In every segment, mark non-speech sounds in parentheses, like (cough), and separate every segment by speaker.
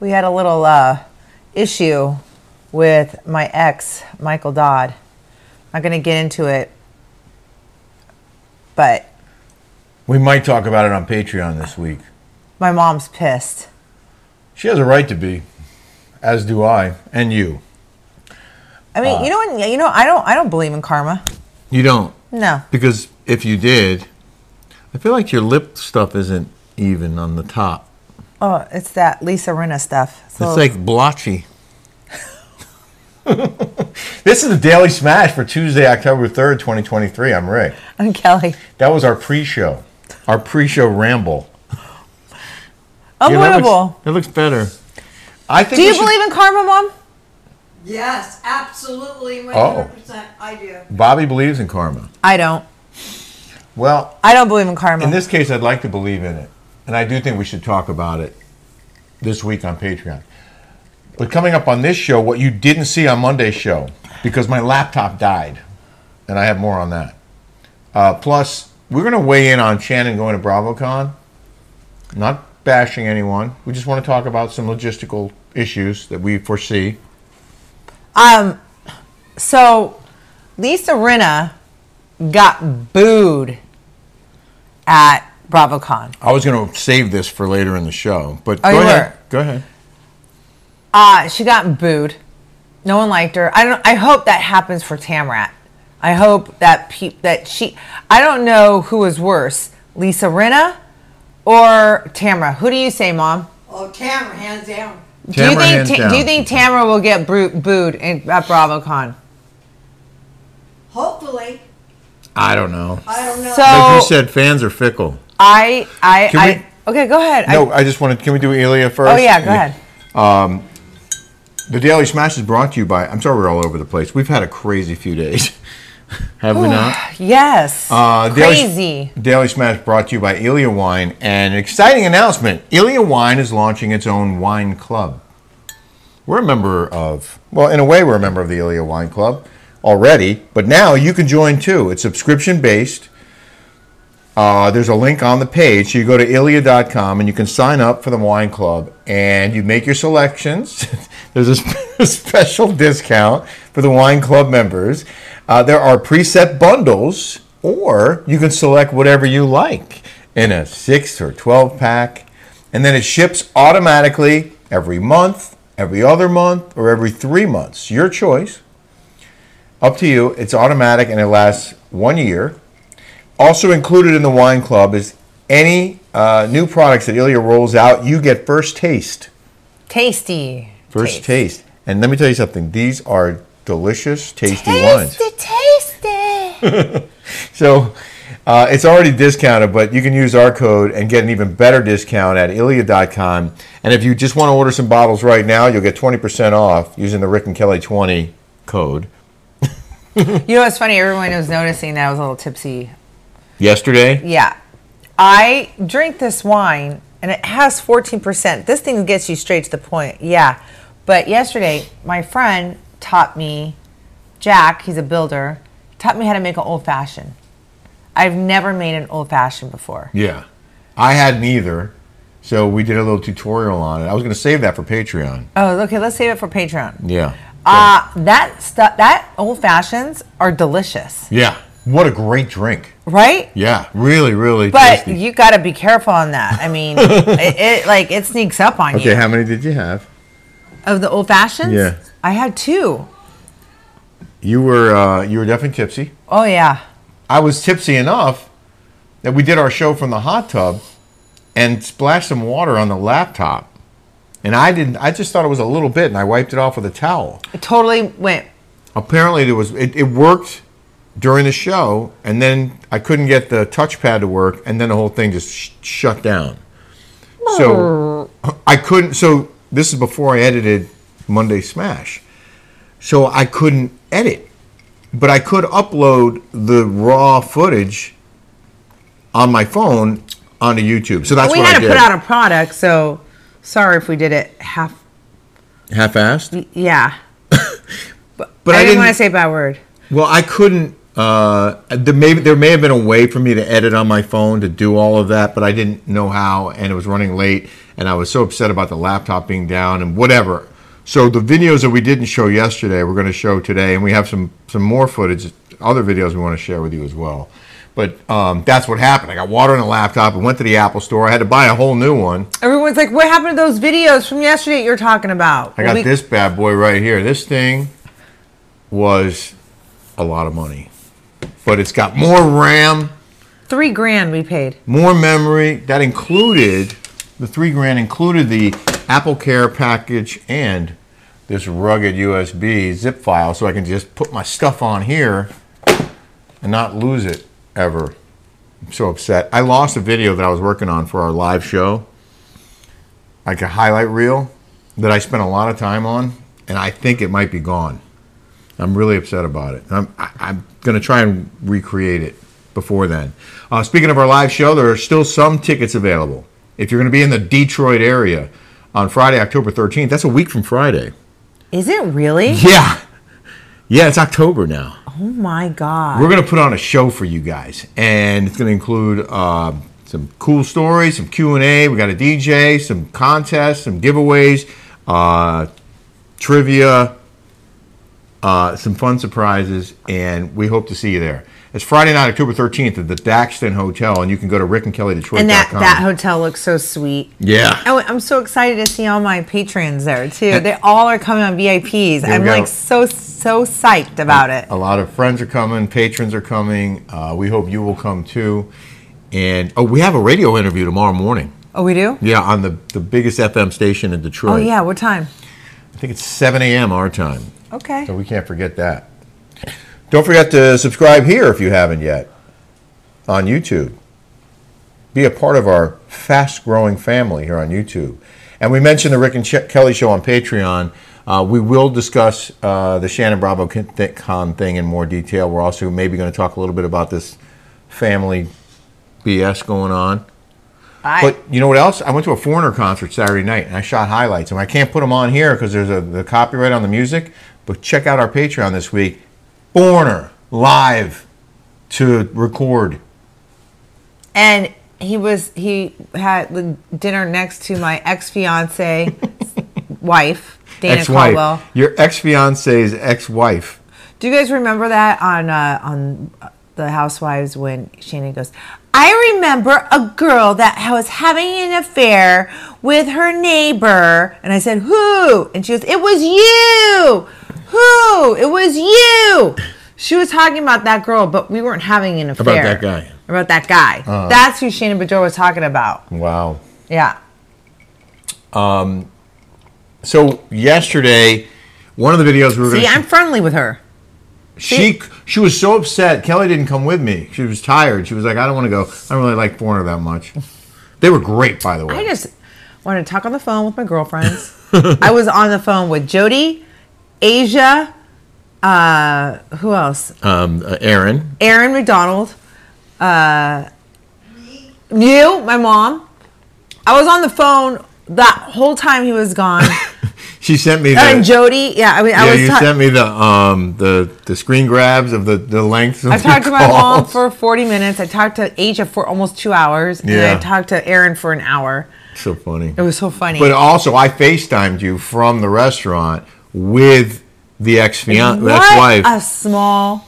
Speaker 1: we had a little uh, issue with my ex, Michael Dodd. I'm not going to get into it, but
Speaker 2: We might talk about it on Patreon this week.
Speaker 1: my mom's pissed.
Speaker 2: She has a right to be, as do I, and you.
Speaker 1: I mean,
Speaker 2: Uh.
Speaker 1: you know, what- you know, I don't, I don't believe in karma.
Speaker 2: You don't.
Speaker 1: No,
Speaker 2: Because if you did, I feel like your lip stuff isn't even on the top.
Speaker 1: oh, it's that Lisa Rinna stuff. So,
Speaker 2: It's like blotchy. (laughs) this is the Daily Smash for Tuesday, October 3rd, 2023. I'm Rick.
Speaker 1: I'm Kelly.
Speaker 2: That was our pre show, our pre show ramble. Yeah, that looks-
Speaker 1: Unbelievable.
Speaker 2: That looks, better. I think
Speaker 1: Do
Speaker 2: we
Speaker 1: you
Speaker 2: should-
Speaker 1: believe in karma, mom?
Speaker 3: Yes, absolutely, one
Speaker 2: Oh.
Speaker 3: hundred percent. I do.
Speaker 2: Bobby believes in karma.
Speaker 1: I don't.
Speaker 2: Well,
Speaker 1: I don't believe in karma.
Speaker 2: in this case, I'd like to believe in it. And I do think we should talk about it this week on Patreon. But coming up on this show, what you didn't see on Monday's show, because my laptop died. And I have more on that. Uh, plus, we're going to weigh in on Shannon going to BravoCon. Not bashing anyone. We just want to talk about some logistical issues that we foresee.
Speaker 1: Um, so Lisa Rinna got booed at BravoCon.
Speaker 2: I was going to save this for later in the show, but
Speaker 1: Oh,
Speaker 2: go
Speaker 1: you
Speaker 2: ahead.
Speaker 1: were.
Speaker 2: Go ahead.
Speaker 1: Uh, she got booed. No one liked her. I don't. I hope that happens for Tamrat. I hope that peep that she. I don't know who is worse, Lisa Rinna or Tamra. Who do you say, Mom?
Speaker 3: Oh, Tamara, hands down.
Speaker 1: do you
Speaker 2: Tamra,
Speaker 1: think
Speaker 2: hands
Speaker 1: Ta-
Speaker 2: down.
Speaker 1: Do you think Tamra will get bru- booed in, at BravoCon?
Speaker 3: Hopefully,
Speaker 2: I don't know.
Speaker 3: I don't know.
Speaker 1: So
Speaker 2: Like you said, fans are fickle.
Speaker 1: I, I,
Speaker 2: Can
Speaker 1: I. okay, go ahead.
Speaker 2: No,
Speaker 1: I,
Speaker 2: I just wanted. Can we do Ilya first?
Speaker 1: oh yeah, go ahead.
Speaker 2: The Daily Smash is brought to you by. I'm sorry, we're all over the place. We've had a crazy few days, (laughs) have we not?
Speaker 1: Yes.
Speaker 2: Uh,
Speaker 1: Crazy.
Speaker 2: Daily, Daily Smash brought to you by Ilya Wine and an exciting announcement. Ilya Wine is launching its own wine club. We're a member of, well, in a way, we're a member of the Ilya Wine Club already, but now you can join too. It's subscription based. Uh, there's a link on the page. So you go to Ilya.com and you can sign up for the wine club and you make your selections. (laughs) there's a, sp- a special discount for the wine club members. Uh, there are preset bundles, or you can select whatever you like in a six or 12 pack. And then it ships automatically every month, every other month, or every three months. Your choice. Up to you. It's automatic and it lasts one year. Also included in the wine club is any uh, new products that Ilya rolls out, you get first taste.
Speaker 1: Tasty.
Speaker 2: First taste. And let me tell you something, these are delicious, tasty wines.
Speaker 1: Tasty, tasty.
Speaker 2: So uh, it's already discounted, but you can use our code and get an even better discount at Ilya.com. And if you just want to order some bottles right now, you'll get 20% off using the Rick and Kelly 20 code.
Speaker 1: (laughs) you know what's funny? Everyone was noticing that I was a little tipsy.
Speaker 2: Yesterday,
Speaker 1: Yeah. I drink this wine and it has 14%. This thing gets you straight to the point. Yeah. But yesterday, my friend taught me, Jack, he's a builder, taught me how to make an old fashioned. I've never made an old fashioned before.
Speaker 2: Yeah. I had neither. So we did a little tutorial on it. I was going to save that for Patreon.
Speaker 1: Oh, okay. Let's save it for Patreon.
Speaker 2: Yeah.
Speaker 1: Uh, that stuff, that old fashions are delicious,
Speaker 2: yeah. What a great drink.
Speaker 1: right?
Speaker 2: Yeah. Really, really
Speaker 1: But
Speaker 2: tasty.
Speaker 1: you got to be careful on that. I
Speaker 2: (laughs)
Speaker 1: mean, it, it like it sneaks up on
Speaker 2: okay,
Speaker 1: you.
Speaker 2: how many did you have?
Speaker 1: Of the old fashions,
Speaker 2: Yeah.
Speaker 1: I had two.
Speaker 2: You were uh, you were definitely tipsy.
Speaker 1: Oh yeah,
Speaker 2: I was tipsy enough that we did our show from the hot tub and splashed some water on the laptop. And I didn't I just thought it was a little bit and I wiped it off with a towel.
Speaker 1: it totally went.
Speaker 2: Apparently there was it, it worked during the show and then I couldn't get the touchpad to work and then the whole thing just sh- shut down. So
Speaker 1: Hmm.
Speaker 2: I couldn't so this is before I edited Monday Smash. So I couldn't edit. But I could upload the raw footage on my phone onto YouTube. So that's
Speaker 1: we
Speaker 2: what
Speaker 1: had
Speaker 2: I
Speaker 1: to
Speaker 2: did.
Speaker 1: put out a product, so sorry if we did it half.
Speaker 2: half-assed.
Speaker 1: Yeah,
Speaker 2: But
Speaker 1: I, didn't, want to say a bad word.
Speaker 2: Well, I couldn't. Uh, there may there may have been a way for me to edit on my phone to do all of that, but I didn't know how, and it was running late, and I was so upset about the laptop being down and whatever. So the videos that we didn't show yesterday, we're going to show today, and we have some some more footage, other videos we want to share with you as well. But um, that's what happened. I got water on the laptop and went to the Apple store. I had to buy a whole new one.
Speaker 1: Everyone's like, what happened to those videos from yesterday you're talking about?
Speaker 2: I got
Speaker 1: We-
Speaker 2: this bad boy right here. This thing was a lot of money, but it's got more RAM,
Speaker 1: Three grand we paid.
Speaker 2: more memory. That included the three grand included the Apple Care package and this rugged USB zip file, so I can just put my stuff on here and not lose it ever. I'm so upset. I lost a video that I was working on for our live show, like a highlight reel that I spent a lot of time on, and I think it might be gone. I'm really upset about it. I'm, I, I'm going to try and recreate it before then. Uh, speaking of our live show, there are still some tickets available. If you're going to be in the Detroit area on Friday, October 13th, that's a week from Friday.
Speaker 1: Is it
Speaker 2: (laughs)
Speaker 1: really?
Speaker 2: Yeah. Yeah, it's October now.
Speaker 1: Oh my God.
Speaker 2: We're going to put on a show for you guys, and it's going to include uh, some cool stories, some Q and A. We got a DJ, some contests, some giveaways, uh, trivia, uh, some fun surprises, and we hope to see you there. It's Friday night, October thirteenth, at the Daxton Hotel, and you can go to rickandkellydetroit.com.
Speaker 1: and that, that hotel looks so sweet.
Speaker 2: yeah,
Speaker 1: Oh, I'm so excited to see all my patrons there too. They all are coming on VIPs. I'm
Speaker 2: go. Oh,
Speaker 1: like so so psyched about it.
Speaker 2: a lot of friends are coming, patrons are coming. Uh, we hope you will come too. And oh, we have a radio interview tomorrow morning.
Speaker 1: Oh, we do?
Speaker 2: Yeah, on the, the biggest FM station in Detroit.
Speaker 1: Oh yeah. What time?
Speaker 2: I think it's 7 a.m. our time.
Speaker 1: Okay.
Speaker 2: So we can't forget that. Don't forget to subscribe here if you haven't yet on YouTube. Be a part of our fast growing family here on YouTube. And we mentioned the Rick and Ch- Kelly show on Patreon. Uh, we will discuss uh, the Shannon Bravo con- th- con thing in more detail. We're also maybe going to talk a little bit about this family BS going on.
Speaker 1: I,
Speaker 2: But you know what else? I went to a Foreigner concert Saturday night and I shot highlights, and I can't put them on here because there's a the copyright on the music. But check out our Patreon this week, Foreigner live to record.
Speaker 1: and he was he had the dinner next to my ex
Speaker 2: (laughs)
Speaker 1: fiance wife Dana
Speaker 2: Ex-wife,
Speaker 1: Caldwell.
Speaker 2: your ex fiance's ex wife.
Speaker 1: Do you guys remember that on uh, on uh, the Housewives when Shannon goes? I remember a girl that was having an affair with her neighbor, and I said, "Who?" And she goes, "It was you. Who? It was you." She was talking about that girl, but we weren't having an affair
Speaker 2: that guy. Uh-huh.
Speaker 1: About that guy. That's who Shannon Bedore was talking about.
Speaker 2: Wow.
Speaker 1: Yeah.
Speaker 2: So yesterday, one of the videos we were
Speaker 1: See,
Speaker 2: gonna
Speaker 1: I'm friendly with her.
Speaker 2: She she was so upset. Kelly didn't come with me. She was tired. She was like, I don't want to go. I don't really like Foreigner that much. They were great, by the way.
Speaker 1: I just wanted to talk on the phone with my girlfriends. I was on the phone with Jody, Asia, uh, who else?
Speaker 2: um, uh, Aaron.
Speaker 1: Aaron McDonald, uh, you, my mom. I was on the phone that whole time he was
Speaker 2: (laughs)
Speaker 1: gone.
Speaker 2: She sent me. The,
Speaker 1: and Jody, yeah, I mean, I
Speaker 2: yeah,
Speaker 1: was.
Speaker 2: you
Speaker 1: ta-
Speaker 2: sent me the um the the screen grabs of the the length. Of
Speaker 1: I talked to my mom
Speaker 2: calls.
Speaker 1: for 40 minutes. I talked to Asia for almost two hours, and then
Speaker 2: Yeah.
Speaker 1: I talked to Aaron for an hour.
Speaker 2: (laughs) So funny.
Speaker 1: It was so funny.
Speaker 2: But uh, also, I Facetimed you from the restaurant with the ex fiance,
Speaker 1: what
Speaker 2: ex wife.
Speaker 1: a small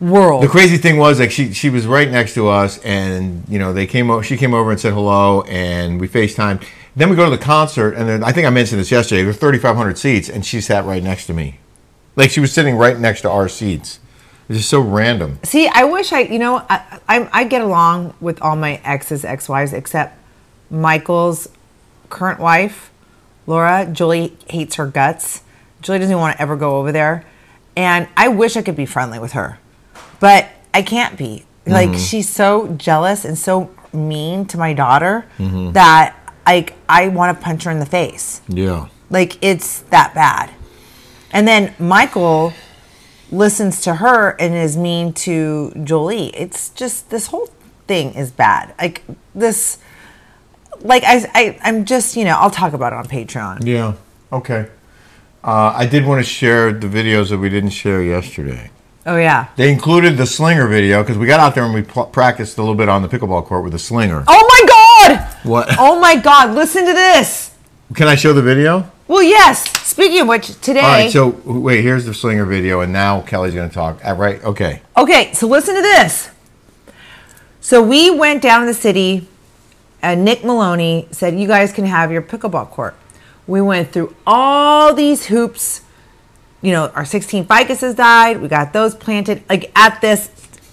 Speaker 1: world.
Speaker 2: the crazy thing was like she she was right next to us, and you know they came over. She came over and said hello, and we Facetimed. Then we go to the concert, and then, I think I mentioned this yesterday. There were 3,500 seats, and she sat right next to me, like she was sitting right next to our seats. It's just so random.
Speaker 1: See, I wish I, you know, I, I, I get along with all my exes, ex wives, except Michael's current wife, Laura. Julie hates her guts. Julie doesn't want to ever go over there. And I wish I could be friendly with her, but I can't be. Like, she's so jealous and so mean to my daughter that like I want to punch her in the face.
Speaker 2: Yeah.
Speaker 1: Like it's that bad. And then Michael listens to her and is mean to Jolie. It's just this whole thing is bad. Like this like I, I I'm just, you know, I'll talk about it on Patreon.
Speaker 2: Yeah. Okay. Uh, I did want to share the videos that we didn't share yesterday.
Speaker 1: Oh yeah.
Speaker 2: They included the slinger video because we got out there and we pl- practiced a little bit on the pickleball court with the slinger.
Speaker 1: Oh my God!
Speaker 2: What?
Speaker 1: Oh my God! Listen to this.
Speaker 2: Can I show the video?
Speaker 1: Well, yes. Speaking of which, today.
Speaker 2: All right. So wait, here's the slinger video, and now Kelly's going to talk. Uh, Right? Okay.
Speaker 1: Okay, so listen to this. So we went down to the city, and Nick Maloney said, You guys can have your pickleball court. We went through all these hoops. You know, our 16 ficuses died. We got those planted, like at this,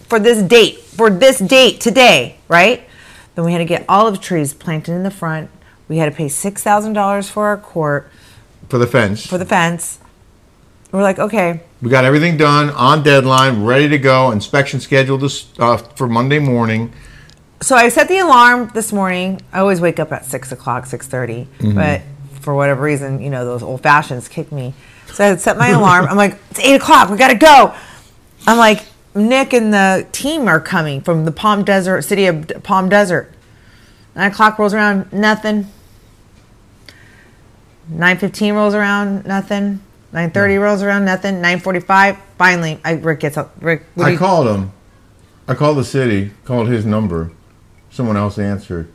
Speaker 1: for this date, for this date today, right? Then we had to get olive trees planted in the front. We had to pay $6,000 for our court,
Speaker 2: For the fence.
Speaker 1: for the fence. We're like, okay,
Speaker 2: we got everything done on deadline, ready to go. Inspection scheduled this, uh, for Monday morning.
Speaker 1: so I set the alarm this morning. I always wake up at six o'clock, six but for whatever reason, you know, those old fashions kick me. So I had set my alarm. I'm like, it's eight o'clock. We gotta go. I'm like, Nick and the team are coming from the Palm Desert city of D- Palm Desert. Nine o'clock rolls around, nothing. Nine fifteen rolls around, nothing. Nine thirty rolls around, nothing. Nine forty-five. Finally, I, Rick gets up. Rick, what do
Speaker 2: I
Speaker 1: you-
Speaker 2: called him. I called the city. Called his number. Someone else answered.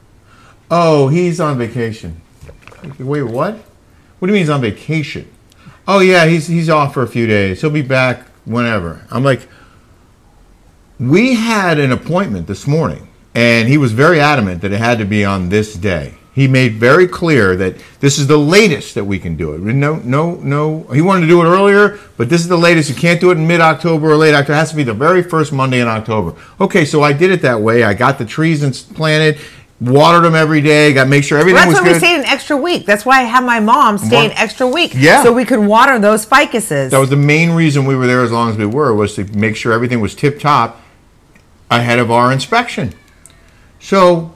Speaker 2: Oh, he's on vacation. Wait, what? What do you mean he's on vacation? Oh yeah, he's he's off for a few days. He'll be back whenever. I'm like, we had an appointment this morning, and he was very adamant that it had to be on this day. He made very clear that this is the latest that we can do it. No, no, no. He wanted to do it earlier, but this is the latest. You can't do it in mid-October or late October. It has to be the very first Monday in October. Okay, so I did it that way. I got the trees and planted, watered them every day. Got to make sure everything
Speaker 1: Well,
Speaker 2: was
Speaker 1: that's why
Speaker 2: good.
Speaker 1: we stayed an extra week. That's why I had my mom stay
Speaker 2: One-
Speaker 1: an extra week.
Speaker 2: Yeah.
Speaker 1: So we could water those ficuses.
Speaker 2: That was the main reason we were there as long as we were was to make sure everything was tip top ahead of our inspection. So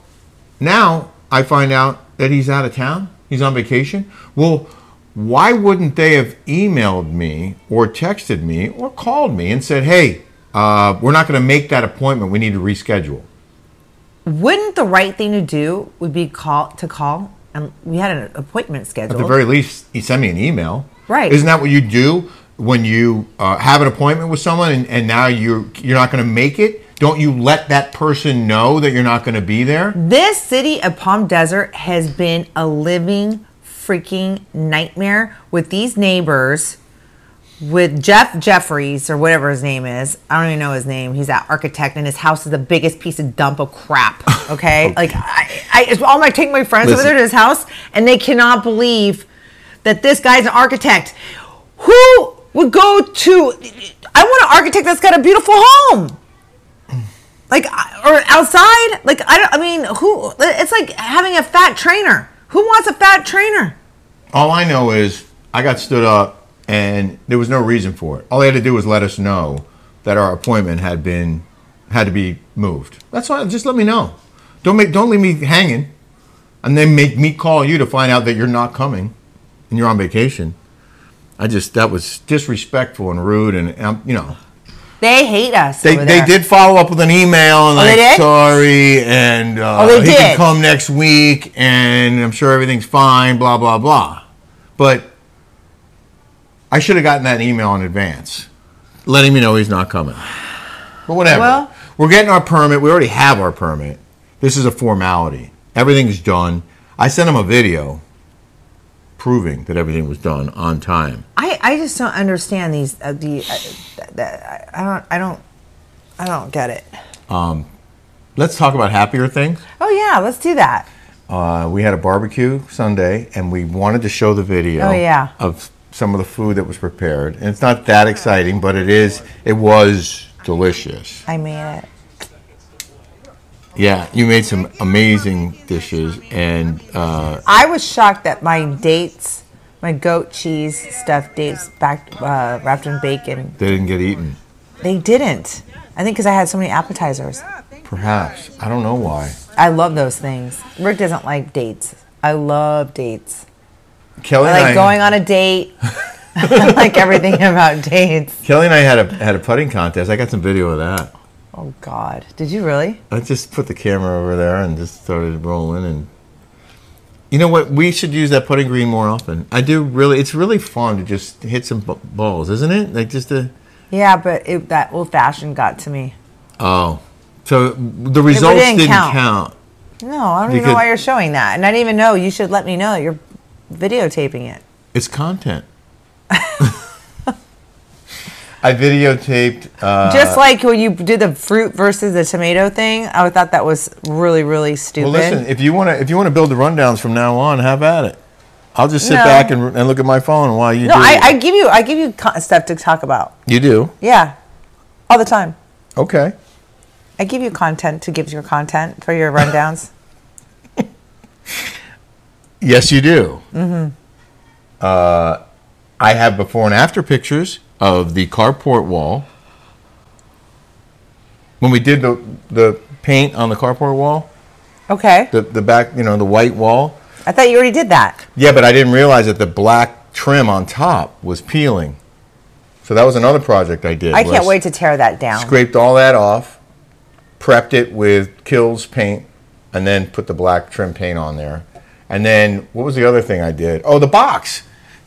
Speaker 2: now I find out that he's out of town. He's on vacation. Well, why wouldn't they have emailed me or texted me or called me and said, "Hey, uh, we're not going to make that appointment. We need to reschedule."
Speaker 1: Wouldn't the right thing to do would be call to call? And we had an appointment
Speaker 2: At the
Speaker 1: scheduled.
Speaker 2: very least, he sent me an email.
Speaker 1: Right.
Speaker 2: Isn't that what you do when you uh, have an appointment with someone and, and now you're you're not going to make it? Don't you let that person know that you're not going to be there?
Speaker 1: this city of Palm Desert has been a living freaking nightmare with these neighbors. With Jeff Jeffries or whatever his name is, I don't even know his name. He's that architect, and his house is the biggest piece of dump of crap. Okay, like I, I, it's all my take my friends over
Speaker 2: Listen.
Speaker 1: there to his house, and they cannot believe that this guy's an architect. Who would go to? I want an architect that's got a beautiful home like I- or outside like i don't i mean who it's like having a fat trainer who wants a fat trainer
Speaker 2: All I know is I got stood up and there was no reason for it. All they had to do was let us know that our appointment had been had to be moved. That's why just let me know. Don't make don't leave me hanging and then make me call you to find out that you're not coming and you're on vacation. I just that was disrespectful and rude and um, you know
Speaker 1: they hate us
Speaker 2: they,
Speaker 1: over
Speaker 2: they
Speaker 1: there.
Speaker 2: did follow up with an email and
Speaker 1: Oh, they
Speaker 2: like
Speaker 1: did?
Speaker 2: sorry and uh,
Speaker 1: Oh, they
Speaker 2: he can
Speaker 1: did.
Speaker 2: come next week and I'm sure everything's fine blah blah blah, but I should have gotten that email in advance, letting me know he's not coming. But whatever,
Speaker 1: Well-
Speaker 2: we're getting our permit. We already have our permit. This is a formality. Everything's done. I sent him a video proving that everything was done on time.
Speaker 1: I, I just don't understand these uh, the uh, th- th- i don't i don't i don't get it
Speaker 2: Let's talk about happier things.
Speaker 1: oh yeah let's do that
Speaker 2: Uh, we had a barbecue Sunday, and we wanted to show the video
Speaker 1: Oh, yeah.
Speaker 2: of some of the food that was prepared. And it's not that exciting, but it is. It was delicious.
Speaker 1: i made it
Speaker 2: Yeah, you made some amazing dishes, and uh,
Speaker 1: i was shocked that my dates my goat cheese stuffed dates back uh, wrapped in bacon
Speaker 2: they didn't get eaten.
Speaker 1: they didn't i think because i had so many appetizers
Speaker 2: Perhaps I don't know why.
Speaker 1: i love those things rick doesn't like dates i love dates
Speaker 2: Kelly
Speaker 1: I
Speaker 2: and
Speaker 1: like
Speaker 2: I,
Speaker 1: going on a
Speaker 2: (laughs)
Speaker 1: date. (laughs) I like everything about dates.
Speaker 2: Kelly and I had a had a putting contest. I got some video of that.
Speaker 1: Oh God, did you really?
Speaker 2: I just put the camera over there and just started rolling and you know what we should use that putting green more often i do really it's really fun to just hit some b- balls isn't it like just a
Speaker 1: Yeah, but it, that old fashioned got to me.
Speaker 2: oh so the results
Speaker 1: didn't
Speaker 2: didn't count.
Speaker 1: count. No, I don't even know
Speaker 2: Because-
Speaker 1: why you're showing that. And I didn't even know. You should let me know. You're videotaping it.
Speaker 2: It's content. (laughs) I videotaped. Uh,
Speaker 1: Just like when you did the fruit versus the tomato thing, I thought that was really, really stupid.
Speaker 2: well, listen. If you want to, if you want to build the rundowns from now on, have at it. I'll just sit
Speaker 1: No.
Speaker 2: back and, and look at my phone while you
Speaker 1: no,
Speaker 2: do.
Speaker 1: I,
Speaker 2: it.
Speaker 1: I give you, I give you co- stuff to talk about.
Speaker 2: you do.
Speaker 1: Yeah, all the time.
Speaker 2: Okay.
Speaker 1: I give you content to give your content for
Speaker 2: (laughs)
Speaker 1: your rundowns.
Speaker 2: Yes, you do. Mm-hmm. Uh, I have before and after pictures of the carport wall. When we did the the paint on the carport wall,
Speaker 1: okay,
Speaker 2: the the back, you know, the white wall.
Speaker 1: I thought you already did that.
Speaker 2: Yeah, but I didn't realize that the black trim on top was peeling. So that was another project I did.
Speaker 1: I
Speaker 2: where
Speaker 1: can't
Speaker 2: s-
Speaker 1: wait to tear that down.
Speaker 2: Scraped all that off, prepped it with Kills paint, and then put the black trim paint on there. And then what was the other thing I did? Oh, the box.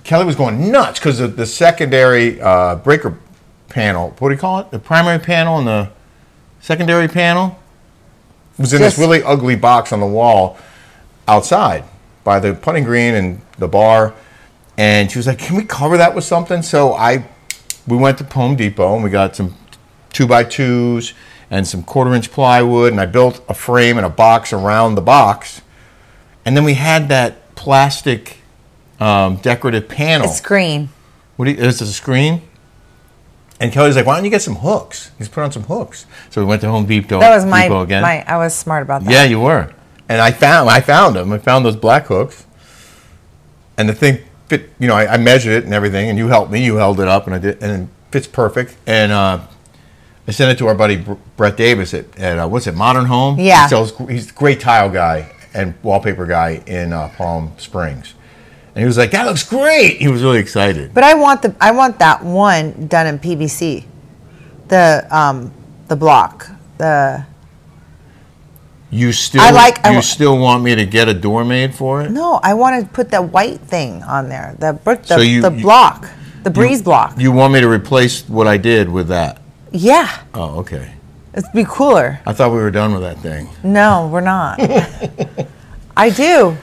Speaker 2: Kelly was going nuts because the, the secondary uh, breaker panel. What do you call it? The primary panel and the secondary panel was in
Speaker 1: Just-
Speaker 2: this really ugly box on the wall outside by the putting green and the bar. And she was like, "Can we cover that with something?" So I, we went to Home Depot and we got some two by twos and some quarter inch plywood, and I built a frame and a box around the box, and then we had that plastic um, decorative panel.
Speaker 1: It's green.
Speaker 2: What do you, is it a screen? And Kelly's like, why don't you get some hooks? He's put on some hooks. So we went to Home Depot.
Speaker 1: That was my,
Speaker 2: Depot Oh, again.
Speaker 1: my. I was smart about that.
Speaker 2: Yeah, you were. And I found I found them. I found those black hooks. And the thing fit. You know, I, I measured it and everything, and you helped me. You held it up, and I did, and it fits perfect. And uh, I sent it to our buddy Br- Brett Davis at, at uh, what's it Modern Home.
Speaker 1: Yeah.
Speaker 2: He sells, he's a great tile guy and wallpaper guy in uh, Palm Springs. And he was like, "That looks great." He was really excited.
Speaker 1: But I want the I want that one done in PVC, the um the block the
Speaker 2: You still,
Speaker 1: I like- I
Speaker 2: you
Speaker 1: wa-
Speaker 2: still want me to get a door made for it?
Speaker 1: no I want to put that white thing on there the brick the,
Speaker 2: So you-
Speaker 1: the
Speaker 2: you-
Speaker 1: block the breeze block
Speaker 2: You want me to replace what I did with that?
Speaker 1: yeah
Speaker 2: Oh, okay.
Speaker 1: it'd be cooler
Speaker 2: I thought we were done with that thing.
Speaker 1: no we're
Speaker 2: (laughs)
Speaker 1: not I do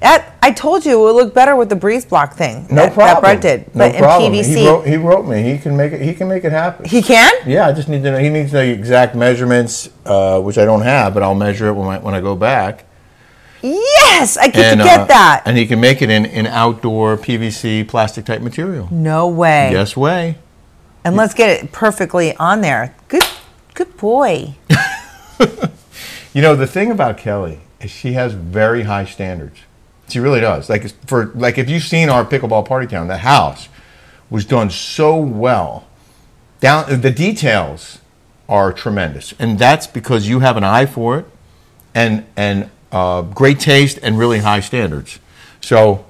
Speaker 1: that I told you it would look better with the breeze block thing that, that Brett did but in PVC
Speaker 2: He wrote, he wrote me. He can make it. He can make it happen.
Speaker 1: He can
Speaker 2: yeah, I just need to know. He needs the exact measurements, uh, which I don't have, but I'll measure it when I, when I go back.
Speaker 1: yes I get to
Speaker 2: uh,
Speaker 1: get that
Speaker 2: And he can make it in in outdoor PVC plastic type material.
Speaker 1: no way
Speaker 2: Yes way.
Speaker 1: and let's get it perfectly on there good good boy.
Speaker 2: You know the thing about Kelly is she has very high standards. She really does. Like for like if you've seen our pickleball party town, the house was done so well. Down the details are tremendous, and that's because you have an eye for it, and and uh, great taste and really high standards. So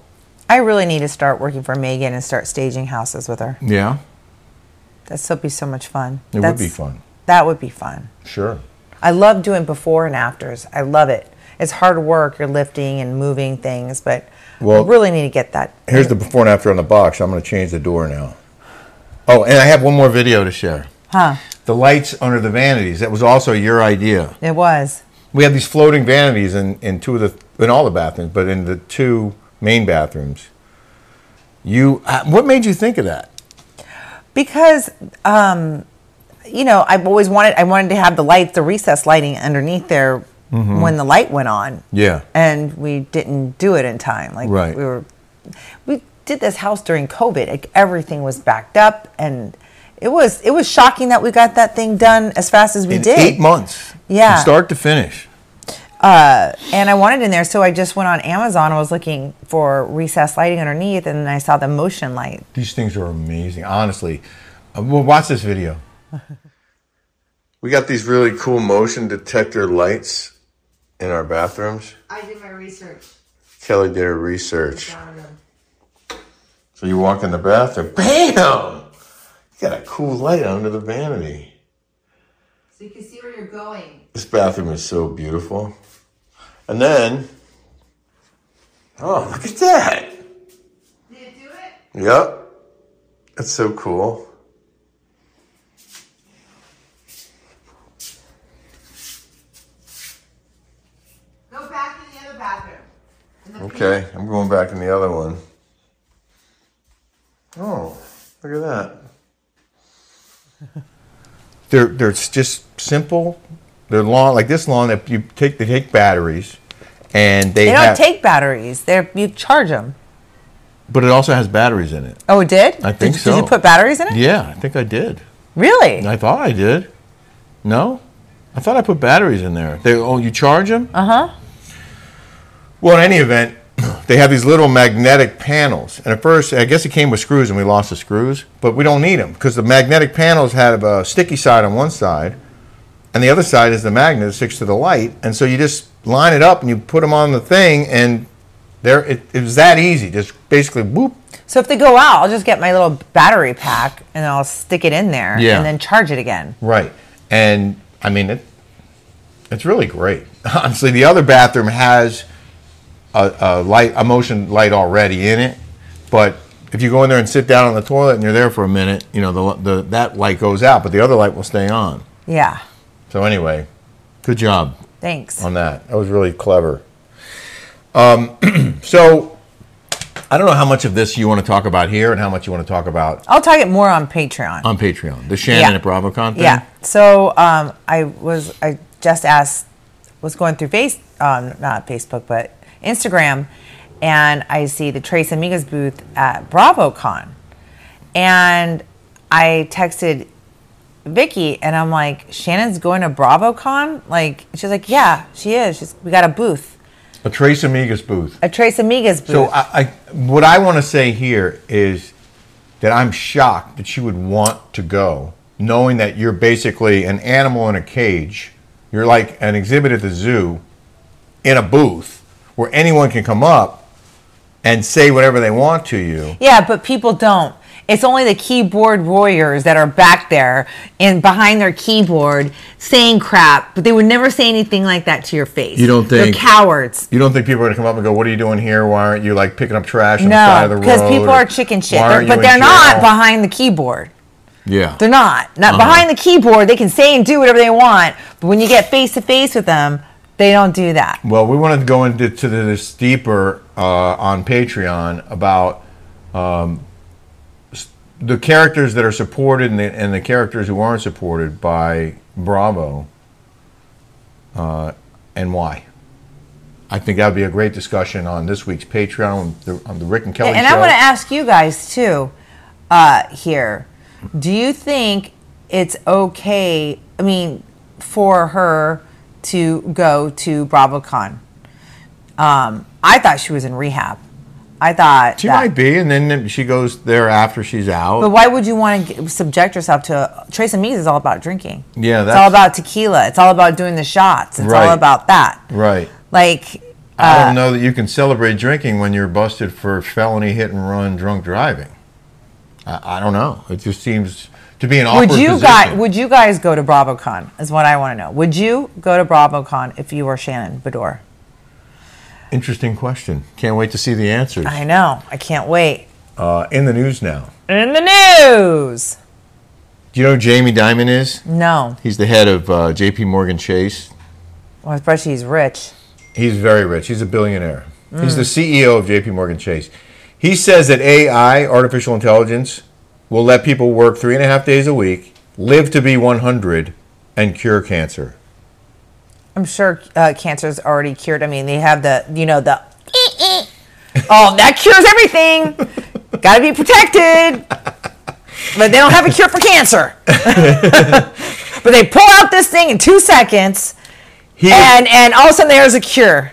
Speaker 1: I really need to start working for Megan and start staging houses with her.
Speaker 2: yeah,
Speaker 1: That's would be so much fun.
Speaker 2: It would
Speaker 1: That's-
Speaker 2: be fun.
Speaker 1: That would be fun.
Speaker 2: sure.
Speaker 1: I love doing before and afters. I love it. It's hard work. You're lifting and moving things, but
Speaker 2: Well-
Speaker 1: I really need to get that.
Speaker 2: Here's the before and after on the box. I'm going to change the door now. Oh, and I have one more video to share.
Speaker 1: Huh?
Speaker 2: The lights under the vanities. That was also your idea.
Speaker 1: It was.
Speaker 2: we have these floating vanities in, in two of the in all the bathrooms, but in the two main bathrooms. You, uh, what made you think of that?
Speaker 1: because um, you know I've always wanted I wanted to have the lights, the recess lighting underneath there when the light went on.
Speaker 2: Mm-hmm. Yeah.
Speaker 1: and we didn't do it in time. Like
Speaker 2: Right.
Speaker 1: we were, we did this house during COVID. Like everything was backed up, and it was it was shocking that we got that thing done as fast as we
Speaker 2: in
Speaker 1: did.
Speaker 2: eight months,
Speaker 1: Yeah.
Speaker 2: from start to finish.
Speaker 1: and I wanted in there, so I just went on Amazon. I was looking for recess lighting underneath, and then I saw the motion light.
Speaker 2: These things are amazing, honestly. Uh, well, watch this video. we got these really cool motion detector lights in our bathrooms.
Speaker 3: I did my research
Speaker 2: Kelly did her research.
Speaker 3: on them.
Speaker 2: So you walk in the bathroom, bam! You got a cool light under the vanity.
Speaker 3: So you can see where you're going.
Speaker 2: This bathroom is so beautiful. And then, oh, look at that.
Speaker 3: Did it do it?
Speaker 2: Yep. That's so cool. Oh, look at that. (laughs) They're they're s- just simple. They're long, like this long. That you take they take batteries, and they,
Speaker 1: They don't
Speaker 2: have-
Speaker 1: take batteries. They're you charge them.
Speaker 2: But it also has batteries in it.
Speaker 1: Oh, it did?
Speaker 2: I
Speaker 1: Did
Speaker 2: think
Speaker 1: you- Did
Speaker 2: so.
Speaker 1: you put batteries in it?
Speaker 2: Yeah, I think I did.
Speaker 1: Really?
Speaker 2: I thought I did. No, I thought I put batteries in there. They oh, you charge them? Uh huh. Well, in any event, (clears throat) they have these little magnetic panels, and at first, I guess it came with screws, and we lost the screws, but we don't need them because the magnetic panels have a sticky side on one side, and the other side is the magnet that sticks to the light, and so you just line it up and you put them on the thing, and there it, it was that easy. Just basically, whoop.
Speaker 1: So if they go out, I'll just get my little battery pack and I'll stick it in there
Speaker 2: Yeah.
Speaker 1: and then charge it again.
Speaker 2: Right. And I mean it it's really great. (laughs) Honestly, the other bathroom has a, a light a motion light already in it, but if you go in there and sit down on the toilet and you're there for a minute, you know, the, the that light goes out, but the other light will stay on.
Speaker 1: Yeah.
Speaker 2: So anyway, good job
Speaker 1: Thanks.
Speaker 2: on that. That was really clever. Um, (clears throat) so I don't know how much of this you want to talk about here and how much you want to talk about
Speaker 1: I'll talk it more on Patreon.
Speaker 2: on Patreon. The Shannon
Speaker 1: Yeah.
Speaker 2: at BravoCon thing.
Speaker 1: Yeah. So um, I was I just asked was going through face um, not Facebook but Instagram, and I see the Trace Amigas booth at BravoCon, and I texted Vicky and I'm like Shannon's going to BravoCon like she's like yeah she is she's we got a booth
Speaker 2: A Trace Amigas booth.
Speaker 1: a Trace Amigas booth.
Speaker 2: So I, I, what I want to say here is that I'm shocked that you would want to go, knowing that you're basically an animal in a cage. You're like an exhibit at the zoo, in a booth where anyone can come up and say whatever they want to you.
Speaker 1: Yeah, but people don't. It's only the keyboard warriors that are back there and behind their keyboard saying crap, but they would never say anything like that to your face.
Speaker 2: You don't
Speaker 1: They're
Speaker 2: think-
Speaker 1: cowards.
Speaker 2: You don't think people are going to come up and go, "What are you doing here? Why aren't you like picking up trash on the side
Speaker 1: No,
Speaker 2: of the road?"
Speaker 1: because people
Speaker 2: Or,
Speaker 1: are chicken shit.
Speaker 2: "Why
Speaker 1: They're-
Speaker 2: aren't you
Speaker 1: but
Speaker 2: in
Speaker 1: they're not
Speaker 2: jail?"
Speaker 1: behind the keyboard.
Speaker 2: Yeah,
Speaker 1: They're not.
Speaker 2: Uh-huh.
Speaker 1: Not behind the keyboard. They can say and do whatever they want, but when you get face to face with them, they don't do that.
Speaker 2: Well, we wanted to go into to this deeper uh, on Patreon about um, s- the characters that are supported and the, and the characters who aren't supported by Bravo uh, and why. I think that would be a great discussion on this week's Patreon on the, on the Rick and Kelly
Speaker 1: and
Speaker 2: show.
Speaker 1: I want to ask you guys too uh, here. Do you think it's okay? I mean, for her to go to BravoCon? Um, I thought she was in rehab. I thought
Speaker 2: she
Speaker 1: that-
Speaker 2: might be, and then she goes there after she's out.
Speaker 1: But why would you want to subject yourself to Trace Amigas is all about drinking.
Speaker 2: Yeah,
Speaker 1: it's
Speaker 2: that's-
Speaker 1: all about tequila. It's all about doing the shots. It's
Speaker 2: Right.
Speaker 1: all about that.
Speaker 2: right.
Speaker 1: Like,
Speaker 2: I
Speaker 1: Uh,
Speaker 2: don't know that you can celebrate drinking when you're busted for felony hit and run drunk driving. I, I don't know. It just seems to be an awkward
Speaker 1: would you
Speaker 2: position.
Speaker 1: guys would you guys go to BravoCon? Is what I want to know. Would you go to BravoCon if you were Shannon Bador?
Speaker 2: Interesting question. Can't wait to see the answers.
Speaker 1: I know. I can't wait.
Speaker 2: Uh, in the news now.
Speaker 1: In the news.
Speaker 2: Do you know who Jamie Dimon is?
Speaker 1: No,
Speaker 2: He's the head of uh, J.P. Morgan Chase.
Speaker 1: well, especially he's rich.
Speaker 2: He's very rich. He's a billionaire.
Speaker 1: Mm.
Speaker 2: He's the CEO of JP Morgan Chase. He says that AI, artificial intelligence, will let people work three and a half days a week, live to be 100, and cure cancer.
Speaker 1: I'm sure uh, cancer's already cured. I mean, they have the you know the. (laughs) oh, that cures everything. Got to be protected. But they don't have a cure for cancer. but they pull out this thing in two seconds,
Speaker 2: He,
Speaker 1: and and all of a sudden there's a cure,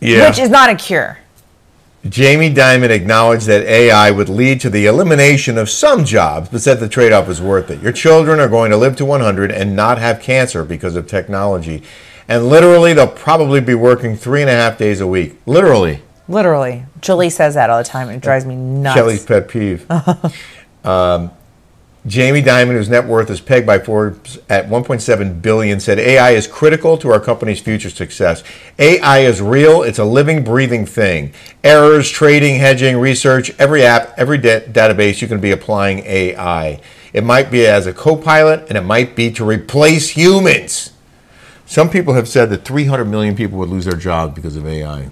Speaker 2: yeah.
Speaker 1: which is not a cure.
Speaker 2: Jamie Dimon acknowledged that AI would lead to the elimination of some jobs, but said the trade off was worth it. Your children are going to live to 100 and not have cancer because of technology. And literally, they'll probably be working three and a half days a week. Literally.
Speaker 1: Literally, Julie says that all the time, and it drives me nuts.
Speaker 2: Kelly's pet peeve. um, Jamie Dimon, whose net worth is pegged by Forbes at 1.7 billion, said AI is critical to our company's future success. AI is real; it's a living, breathing thing. Errors, trading, hedging, research, every app, every da- database, you can be applying AI. It might be as a co-pilot, and it might be to replace humans. Some people have said that 300 million people would lose their jobs because of AI.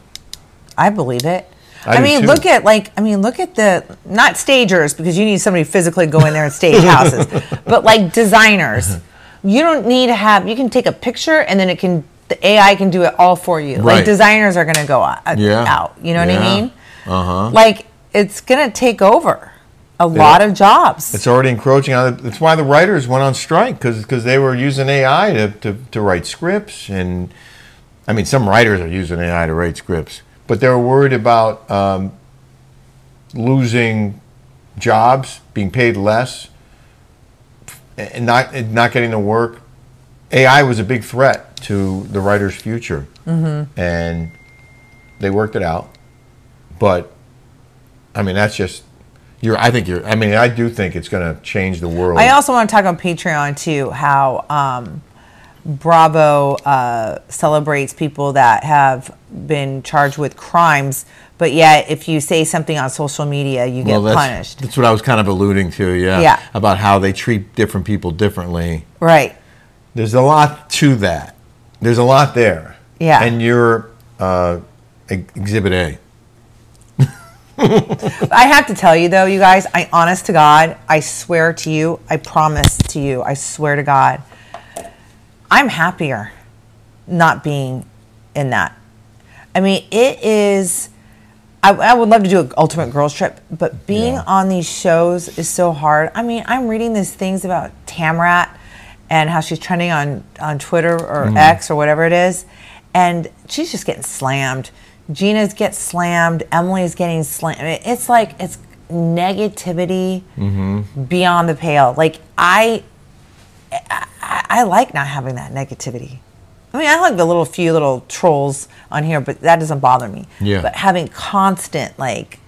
Speaker 1: I believe it. I,
Speaker 2: do
Speaker 1: mean,
Speaker 2: too.
Speaker 1: look at like I mean, look at the not stagers because you need somebody to physically go in there and stage
Speaker 2: (laughs)
Speaker 1: houses, but like designers, you don't need to have. You can take a picture and then it can the AI can do it all for you.
Speaker 2: Right.
Speaker 1: Like designers are gonna go out.
Speaker 2: Yeah.
Speaker 1: out you know what
Speaker 2: Yeah. Uh-huh.
Speaker 1: I mean? Uh huh. Like it's gonna take over a lot of jobs.
Speaker 2: It's already encroaching on. it. That's why the writers went on strike because they were using AI to, to, to write scripts and I mean some writers are using AI to write scripts, but they're worried about um, losing jobs, being paid less, and not and not getting to work. AI was a big threat to the writer's future, mm-hmm. and they worked it out. But I mean, that's just you're. I think you're. I mean, I do think it's going to change the world.
Speaker 1: I also want to talk on Patreon too how um, Bravo uh, celebrates people that have been charged with crimes, but yet if you say something on social media, you get
Speaker 2: that's,
Speaker 1: punished.
Speaker 2: That's what I was kind of alluding to, yeah.
Speaker 1: Yeah.
Speaker 2: About how they treat different people differently.
Speaker 1: Right.
Speaker 2: There's a lot to that. There's a lot there.
Speaker 1: Yeah.
Speaker 2: And you're uh, ex- Exhibit A.
Speaker 1: I have to tell you though, you guys, I honest to God, I swear to you, I promise to you, I swear to God, I'm happier not being in that. I mean, it is. I, I would love to do an ultimate girls trip, but being
Speaker 2: Yeah.
Speaker 1: on these shows is so hard. I mean, I'm reading these things about Tamrat and how she's trending on on Twitter or X or whatever it is, and she's just getting slammed. Gina's gets slammed. Emily's getting slammed. I mean, it's like it's negativity beyond the pale. Like I I like not having that negativity. I mean, I like the little few little trolls on here, but that doesn't bother me.
Speaker 2: Yeah.
Speaker 1: But having constant like,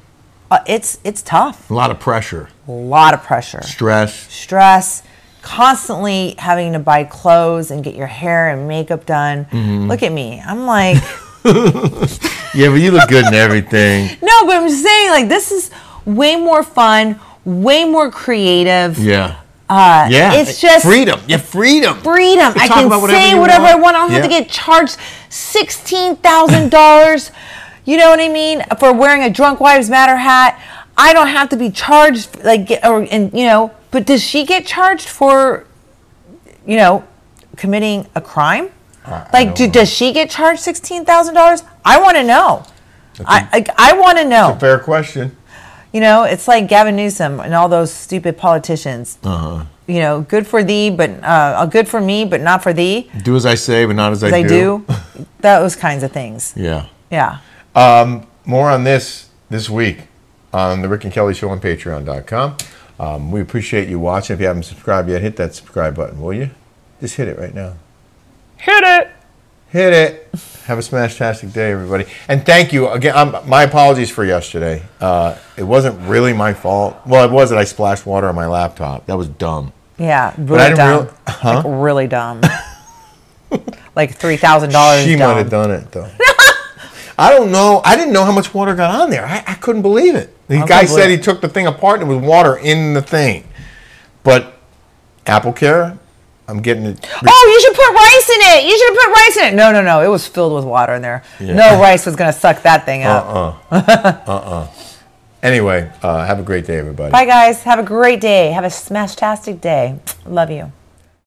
Speaker 1: uh, it's it's tough.
Speaker 2: A lot of pressure,
Speaker 1: A lot of pressure,
Speaker 2: stress.
Speaker 1: stress, constantly having to buy clothes and get your hair and makeup done. Look at me. I'm like, (laughs)
Speaker 2: Yeah, but you look good in everything.
Speaker 1: no, but I'm just saying like this is way more fun, way more creative.
Speaker 2: Yeah. Uh, yeah.
Speaker 1: it's just-
Speaker 2: freedom. Yeah, freedom.
Speaker 1: freedom.
Speaker 2: You
Speaker 1: I
Speaker 2: talk
Speaker 1: can
Speaker 2: about whatever
Speaker 1: say
Speaker 2: you
Speaker 1: whatever I
Speaker 2: want.
Speaker 1: want. I don't have to
Speaker 2: Yeah.
Speaker 1: get charged sixteen thousand dollars. you know what I mean for wearing a drunk wives matter hat. I don't have to be charged like get- or and you know. But does she get charged for, you know, committing a crime? like,
Speaker 2: don't
Speaker 1: do,
Speaker 2: know.
Speaker 1: does she get charged sixteen thousand dollars? I want to know. I, like, I want to know.
Speaker 2: Fair question.
Speaker 1: You know, it's like Gavin Newsom and all those stupid politicians.
Speaker 2: Uh-huh.
Speaker 1: You know, good for thee, but uh, good for me, but not for thee.
Speaker 2: Do as I say, but not as I
Speaker 1: They
Speaker 2: do.
Speaker 1: do those kinds of things.
Speaker 2: Yeah.
Speaker 1: Yeah.
Speaker 2: More on this this week on the Rick and Kelly Show on Patreon.com. Um, we appreciate you watching. If you haven't subscribed yet, hit that subscribe button, will you? Just hit it right now.
Speaker 1: Hit it.
Speaker 2: Hit it. Have a smashtastic day, everybody. And thank you again. Um, my apologies for yesterday. Uh, it wasn't really my fault. Well, it was that I splashed water on my laptop. That was dumb.
Speaker 1: Yeah, really
Speaker 2: I didn't
Speaker 1: dumb.
Speaker 2: real- Huh?
Speaker 1: Like really dumb. (laughs) like three thousand dollars.
Speaker 2: She might have done it though. (laughs) I don't know. I didn't know how much water got on there. I, I couldn't believe it. The
Speaker 1: I
Speaker 2: guy
Speaker 1: couldn't
Speaker 2: said he
Speaker 1: believe
Speaker 2: took the thing apart and it was water in the thing. But Apple Care, I'm getting it.
Speaker 1: Oh, you should put rice in it. You should put rice in it. No, no, no. It was filled with water in there.
Speaker 2: Yeah. Uh-uh.
Speaker 1: No rice was gonna suck that thing up.
Speaker 2: Anyway, uh, have a great day, everybody.
Speaker 1: Bye, guys. Have a great day. Have a smashtastic day. Love you.